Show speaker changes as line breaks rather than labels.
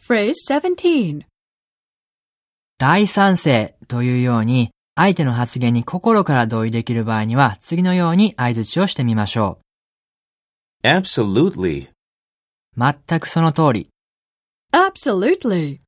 Phrase 17.
大賛成というように、相手の発言に心から同意できる場合には、次のように相槌をしてみましょ
Absolutely.
う。全くその通り。
Absolutely.